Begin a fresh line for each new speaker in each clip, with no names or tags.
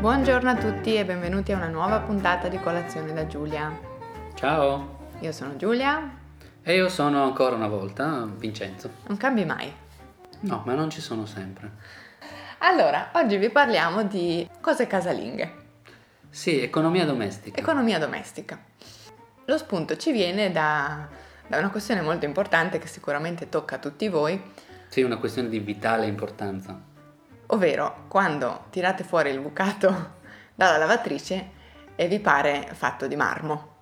Buongiorno a tutti e benvenuti a una nuova puntata di Colazione da Giulia.
Ciao!
Io sono Giulia,
E io sono ancora una volta Vincenzo.
non cambi mai.
No, ma non ci sono sempre.
Allora, oggi vi parliamo di cose casalinghe,
Sì, economia domestica.
economia domestica. Lo spunto ci viene da, da una questione molto importante che sicuramente tocca a tutti voi,
sì, una questione di vitale importanza.
ovvero quando tirate fuori il bucato dalla lavatrice e vi pare fatto di marmo.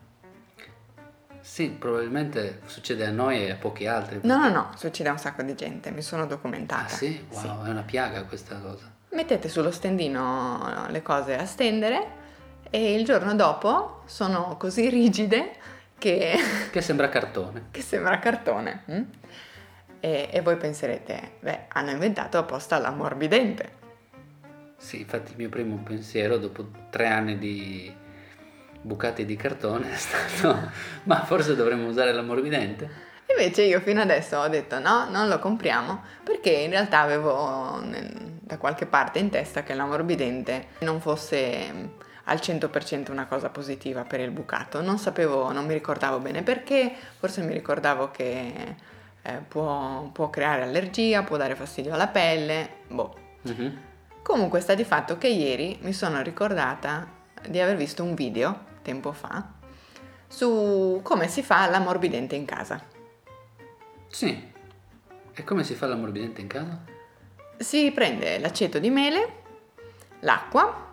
Sì, probabilmente succede a noi e a pochi altri.
No, no, no, succede a un sacco di gente, mi sono documentata.
Ah sì? Wow, è una piaga questa cosa.
Mettete sullo stendino le cose a stendere e il giorno dopo sono così rigide che,
Che sembra cartone.
che sembra cartone. mm? E, e voi penserete, beh, hanno inventato apposta l'ammorbidente.
Sì, infatti il mio primo pensiero dopo tre anni di bucati di cartone è stato ma forse dovremmo usare l'ammorbidente.
Invece io fino adesso ho detto no, non lo compriamo perché in realtà avevo nel- da qualche parte in testa che l'ammorbidente non fosse mm, al 100% una cosa positiva per il bucato. Non sapevo, non mi ricordavo bene perché, forse mi ricordavo che eh, può, può creare allergia, può dare fastidio alla pelle, boh.
Mhm.
Comunque sta di fatto che ieri mi sono ricordata di aver visto un video, tempo fa, su come si fa l'ammorbidente in casa.
Sì. E come si fa l'ammorbidente in casa?
Si prende l'aceto di mele, l'acqua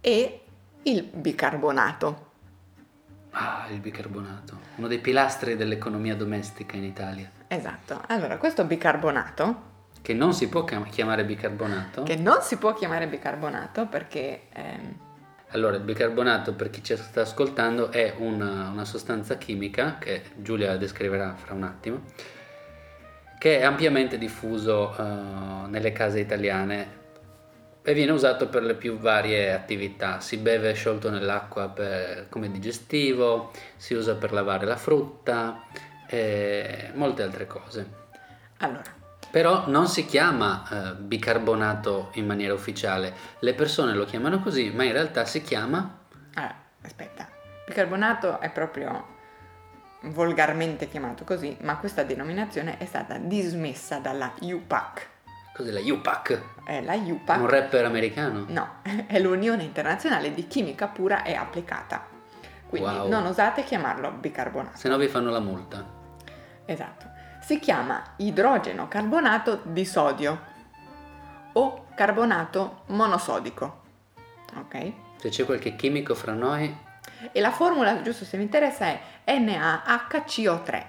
e il bicarbonato.
Ah, il bicarbonato, uno dei pilastri dell'economia domestica in Italia,
Esatto, allora questo bicarbonato,
che non si può chiam- chiamare bicarbonato.
che non si può chiamare bicarbonato perché ehm,
Allora, il bicarbonato, per chi ci sta ascoltando, è una, una sostanza chimica che Giulia descriverà fra un attimo, che è ampiamente diffuso eh, nelle case italiane e viene usato per le più varie attività. Si beve sciolto nell'acqua per- come digestivo, si usa per lavare la frutta e molte altre cose.
allora,
Però non si chiama eh, bicarbonato in maniera ufficiale, le persone lo chiamano così, ma in realtà si chiama...
ah, aspetta, bicarbonato è proprio volgarmente chiamato così, ma questa denominazione è stata dismessa dalla UPAC.
Cos'è la UPAC?
Eh, la
Un
UPAC
rapper americano?
No, è l'Unione Internazionale di Chimica Pura e Applicata. Quindi
Wow.
non osate chiamarlo bicarbonato.
Se no vi fanno la multa.
Esatto. Si chiama idrogeno carbonato di sodio o carbonato monosodico. Ok?
Se c'è qualche chimico fra noi,
E la formula, giusto se vi interessa, è NaHCO3.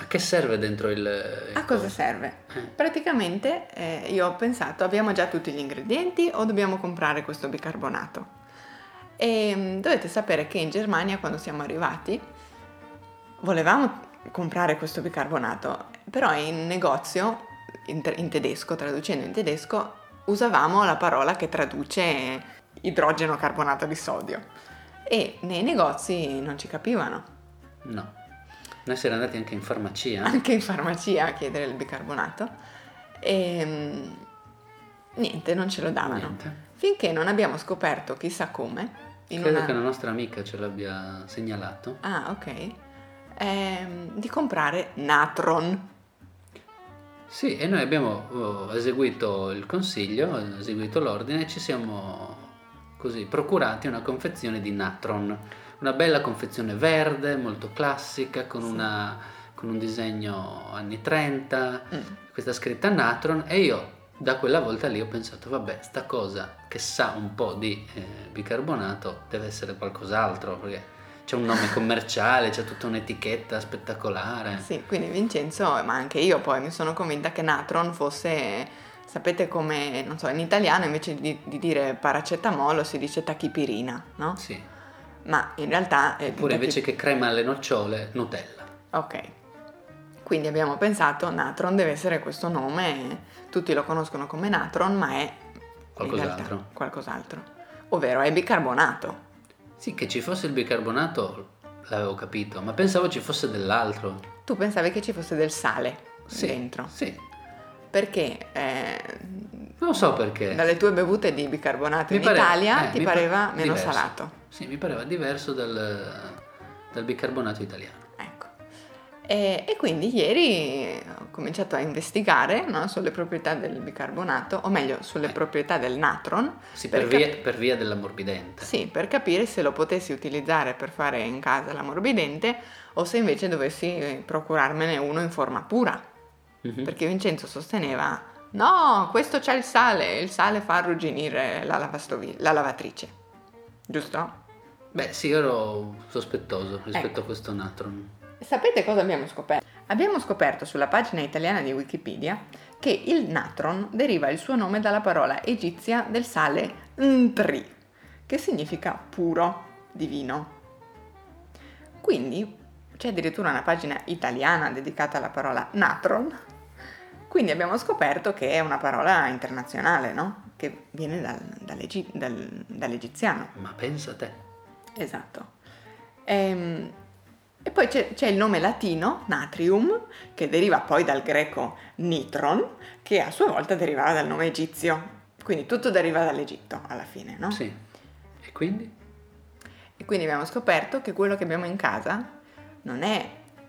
a che serve dentro il... il
A
coso?
cosa serve?
Eh,
Praticamente eh, io ho pensato, abbiamo già tutti gli ingredienti o dobbiamo comprare questo bicarbonato? E mm, dovete sapere che in Germania quando siamo arrivati volevamo comprare questo bicarbonato, però in negozio, in, te- in tedesco, traducendo in tedesco, usavamo la parola che traduce idrogeno carbonato di sodio e nei negozi non ci capivano.
no. Noi siamo andati anche in farmacia.
anche in farmacia a chiedere il bicarbonato e mm, niente, non ce lo davano.
Niente.
Finché non abbiamo scoperto chissà come, in
Credo
una-
che una nostra amica ce l'abbia segnalato.
Ah, ok. Ehm, di comprare Natron.
Sì, e noi abbiamo oh, eseguito il consiglio, abbiamo eseguito l'ordine e ci siamo così procurati una confezione di Natron. Una bella confezione verde, molto classica, con,
Sì.
una- con un disegno anni 30,
Mm.
questa scritta Natron e io da quella volta lì ho pensato, vabbè, sta cosa che sa un po' di eh, bicarbonato deve essere qualcos'altro, perché c'è un nome commerciale, c'è tutta un'etichetta spettacolare.
Sì, quindi Vincenzo, ma anche io poi mi sono convinta che Natron fosse, sapete come, non so, in italiano invece di, di dire paracetamolo si dice tachipirina, no?
Sì.
Ma in realtà... eh, tachip-
Oppure invece che crema alle nocciole, Nutella.
Ok, quindi abbiamo pensato Natron deve essere questo nome, tutti lo conoscono come Natron, ma è in
Qualcos'altro.
realtà qualcos'altro, ovvero è bicarbonato.
Sì, che ci fosse il bicarbonato l'avevo capito, ma pensavo ci fosse dell'altro.
Tu pensavi che ci fosse del sale
Sì.
dentro,
Sì.
perché eh,
Non so perché.
Dalle tue bevute di bicarbonato
Mi
in
pareva-
Italia
eh,
ti
mi
pareva
pa-
meno
diverso.
salato.
Sì, mi pareva diverso dal, dal bicarbonato italiano.
Ecco. E, e quindi ieri ho cominciato a investigare no, sulle proprietà del bicarbonato, o meglio sulle
Eh.
proprietà del natron,
Sì, per,
Per cap-
via, per via dell'ammorbidente.
sì, per capire se lo potessi utilizzare per fare in casa l'ammorbidente o se invece dovessi eh, procurarmene uno in forma pura.
Mhm.
Perché Vincenzo sosteneva, no, questo c'è il sale, il sale fa arrugginire la, lavastovi- la lavatrice. Giusto?
Beh, sì, ero sospettoso rispetto
Ecco.
a questo natron.
Sapete cosa abbiamo scoperto? Abbiamo scoperto sulla pagina italiana di Wikipedia che il natron deriva il suo nome dalla parola egizia del sale ntri, che significa puro, divino. Quindi c'è addirittura una pagina italiana dedicata alla parola natron. Quindi abbiamo scoperto che è una parola internazionale, no? Che viene dal- dall'Egi- dal- dall'egiziano.
Ma pensa a te.
Esatto. Ehm, e poi c'è, c'è il nome latino, natrium, che deriva poi dal greco nitron, che a sua volta derivava dal nome egizio. Quindi tutto deriva dall'Egitto alla fine, no?
Sì. E quindi?
E quindi abbiamo scoperto che quello che abbiamo in casa non è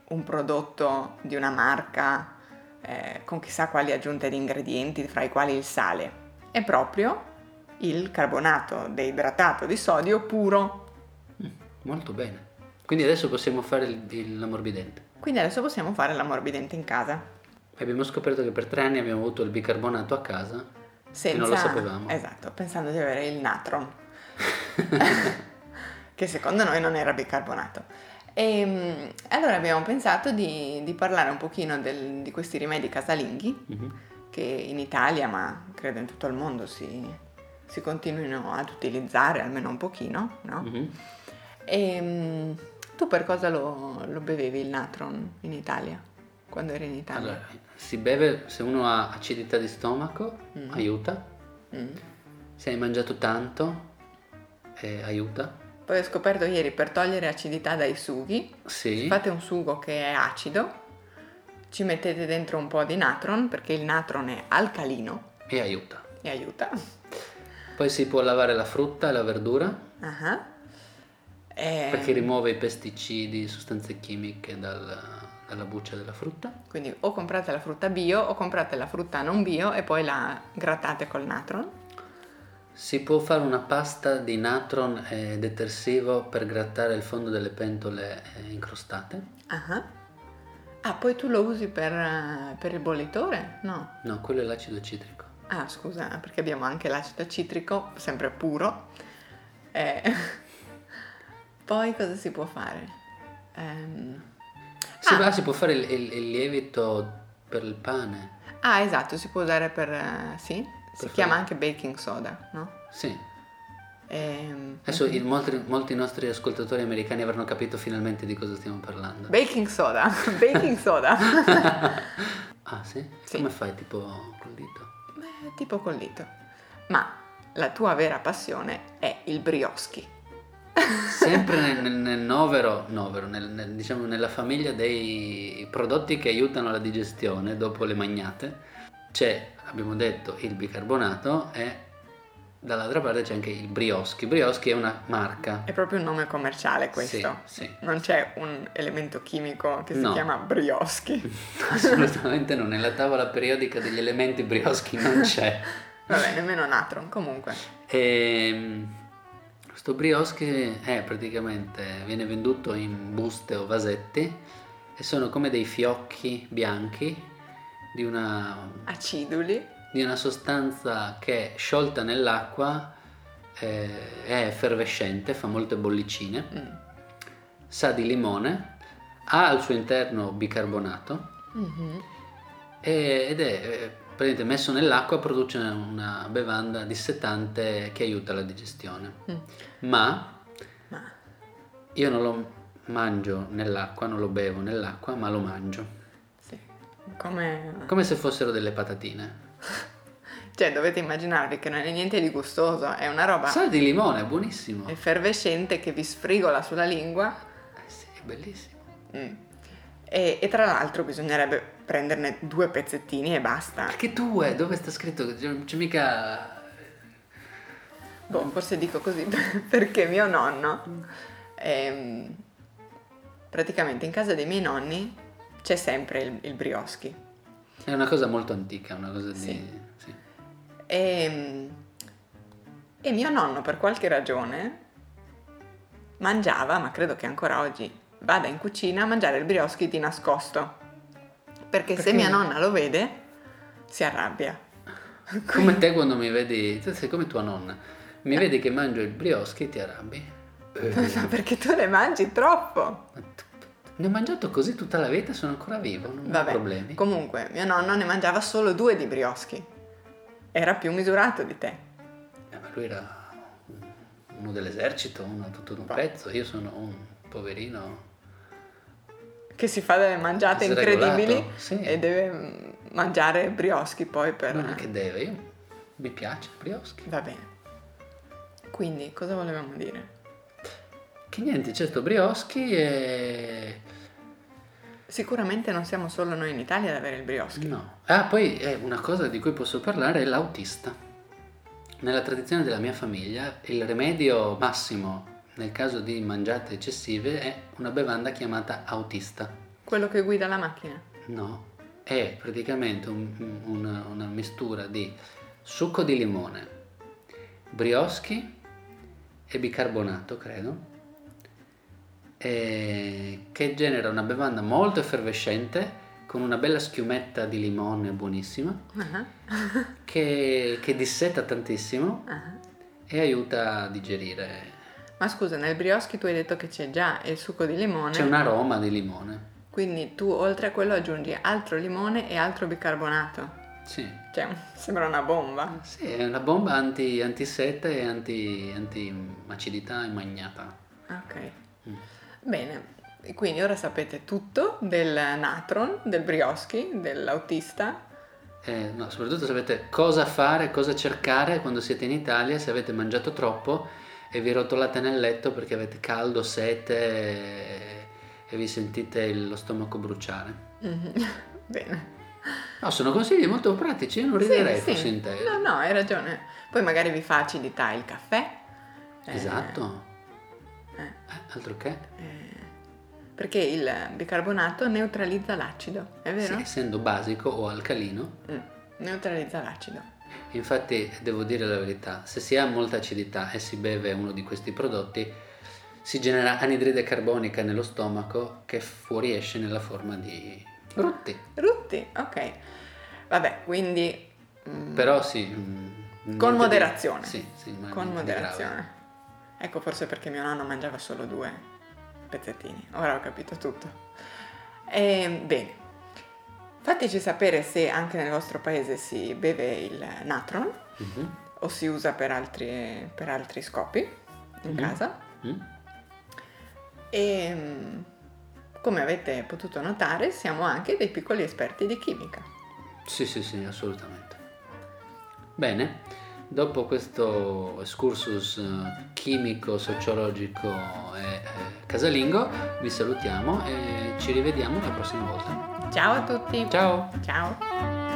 un prodotto di una marca eh, con chissà quali aggiunte di ingredienti, fra i quali il sale. È proprio il carbonato deidratato di sodio puro
Mm, molto bene. Quindi adesso possiamo fare il- il- l'ammorbidente.
Quindi adesso possiamo fare l'ammorbidente in casa.
Abbiamo scoperto che per tre anni abbiamo avuto il bicarbonato a casa.
Senza...
non lo sapevamo.
Esatto, pensando di avere il natron, che secondo noi non era bicarbonato. E mm, allora abbiamo pensato di, di parlare un pochino del- di questi rimedi casalinghi
Mhm.
che in Italia, ma credo in tutto il mondo, si, si continuino ad utilizzare almeno un pochino, no?
Mhm.
E mm, tu per cosa lo, lo bevevi il natron in Italia, quando eri in Italia?
Allora, si beve se uno ha acidità di stomaco,
Mm.
aiuta.
Mm.
Se hai mangiato tanto, eh, aiuta.
Poi ho scoperto ieri per togliere acidità dai sughi,
Sì.
fate un sugo che è acido, ci mettete dentro un po' di natron perché il natron è alcalino
E aiuta.
e aiuta.
Poi si può lavare la frutta e la verdura
Ah. E
perché rimuove i pesticidi, sostanze chimiche dal- dalla buccia della frutta.
quindi o comprate la frutta bio o comprate la frutta non bio e poi la grattate col natron.
Si può fare una pasta di natron e detersivo per grattare il fondo delle pentole eh, incrostate?
Ah. Ah, poi tu lo usi per, eh, per il bollitore? No.
No, quello è l'acido citrico.
Ah, scusa, perché abbiamo anche l'acido citrico, sempre puro. Eh, Poi cosa si può fare? Ehm,
Si,
Ah.
va- si può fare il, il- il lievito per il pane?
Ah, esatto, si può usare per... eh, sì, si
Per
chiama
fare-
anche baking soda, no?
Sì.
Ehm,
Adesso i- molti, molti nostri ascoltatori americani avranno capito finalmente di cosa stiamo parlando.
Baking soda, baking soda.
ah sì?
Sì.
Come fai tipo col dito?
Beh, tipo col dito. Ma la tua vera passione è il brioschi.
Sempre nel, nel- nel novero, novero nel- nel- diciamo nella famiglia dei prodotti che aiutano la digestione dopo le magnate, c'è, abbiamo detto, il bicarbonato e dall'altra parte c'è anche il brioschi. Brioschi è una marca.
È proprio un nome commerciale questo.
Sì, sì.
Non c'è un elemento chimico che si
No.
chiama brioschi.
Assolutamente non, nella tavola periodica degli elementi brioschi non c'è.
Vabbè, nemmeno Natron, comunque.
E Ehm, sto brioschi è praticamente viene venduto in buste o vasetti e sono come dei fiocchi bianchi di una,
Aciduli.
di una sostanza che sciolta nell'acqua eh, è effervescente, fa molte bollicine,
Mm.
sa di limone, ha al suo interno bicarbonato Mm-hmm.
Mhm.
e- ed è eh, praticamente messo nell'acqua produce una bevanda dissetante che aiuta la digestione.
Mm.
Ma
Ma
io non lo mangio nell'acqua, non lo bevo nell'acqua, ma lo mangio.
sì, come...
Come se fossero delle patatine.
Cioè, dovete immaginarvi che non è niente di gustoso, è una roba
Sa di limone, è buonissimo. Eh,
effervescente che vi sfrigola sulla lingua.
sì, è bellissimo.
Mm. E, e tra l'altro bisognerebbe prenderne due pezzettini e basta.
Perché tu, eh, dove sta scritto? Non c'è mica...
Boh, forse dico così perché mio nonno, ehm, praticamente in casa dei miei nonni c'è sempre il, il brioschi.
È una cosa molto antica, una cosa di...
Sì.
sì.
E, Ehm, e mio nonno per qualche ragione mangiava, ma credo che ancora oggi vada in cucina a mangiare il brioschi di nascosto. Perché,
Perché?
se mia nonna lo vede si arrabbia.
Come te quando mi vedi, tu sei come tua nonna, mi
Eh.
vedi che mangio il brioschi e ti arrabbi. Eh,
Ma perché tu ne mangi troppo?
ma tu- ne ho mangiato così tutta la vita, sono ancora vivo, non ho
Vabbè,
problemi.
comunque mio nonno ne mangiava solo due di brioschi. Era più misurato di te.
Eh, ma lui era uno dell'esercito, uno tutto d'un pezzo, io sono un poverino.
Che si fa delle mangiate
Sregolato,
incredibili
sì.
e deve mm, mangiare brioschi poi per...
Non è che deve, io mi piace il brioschi.
Va bene. Quindi, cosa volevamo dire?
Che niente, certo brioschi e...
Sicuramente non siamo solo noi in Italia ad avere il brioschi.
No. Ah, poi eh, una cosa di cui posso parlare è l'autista. Nella tradizione della mia famiglia, il remedio massimo nel caso di mangiate eccessive è una bevanda chiamata autista.
Quello che guida la macchina.
No, è praticamente un- una, una mistura di succo di limone, brioschi e bicarbonato, credo, e- che genera una bevanda molto effervescente con una bella schiumetta di limone buonissima
Ah,
che, che disseta tantissimo
ah.
e aiuta a digerire.
Ma scusa, nel brioschi tu hai detto che c'è già il succo di limone.
C'è un aroma di limone,
Quindi tu oltre a quello aggiungi altro limone e altro bicarbonato.
sì.
Cioè, sembra una bomba.
Sì, è una bomba anti, antisette e anti, anti-acidità e magnata.
Ok.
Mm.
Bene, e quindi ora sapete tutto del natron, del brioschi, dell'autista.
Eh, no, soprattutto sapete cosa fare, cosa cercare quando siete in Italia, se avete mangiato troppo e vi rotolate nel letto perché avete caldo, sete eh, e vi sentite il- lo stomaco bruciare.
Mhm. Bene.
No, sono consigli molto pratici, io non riderei fossi in te.
No, no, hai ragione. Poi magari vi fa acidità il caffè. Eh,
Esatto.
eh.
Eh, altro che.
eh, perché il bicarbonato neutralizza l'acido, è
Sì,
vero?
essendo basico o alcalino,
Mm, neutralizza l'acido.
Infatti, devo dire la verità, se si ha molta acidità e si beve uno di questi prodotti, si genera anidride carbonica nello stomaco che fuoriesce nella forma di brutti.
Rutti, ok. Vabbè, quindi... mm,
Però sì. mm, niente
Con
di-
moderazione.
Sì, sì, ma
Con
niente di grave.
moderazione. Ecco forse perché mio nonno mangiava solo due pezzettini. Ora ho capito tutto. Ehm, bene. Fateci sapere se anche nel vostro paese si beve il natron
Mhm,
o si usa per altri, per altri scopi in
Mhm.
casa.
mhm.
E mm, come avete potuto notare siamo anche dei piccoli esperti di chimica.
Sì, sì, sì, assolutamente. Bene, dopo questo excursus eh, chimico, sociologico e eh, casalingo, vi salutiamo e ci rivediamo la prossima volta.
Ciao a tutti!
Ciao!
Ciao.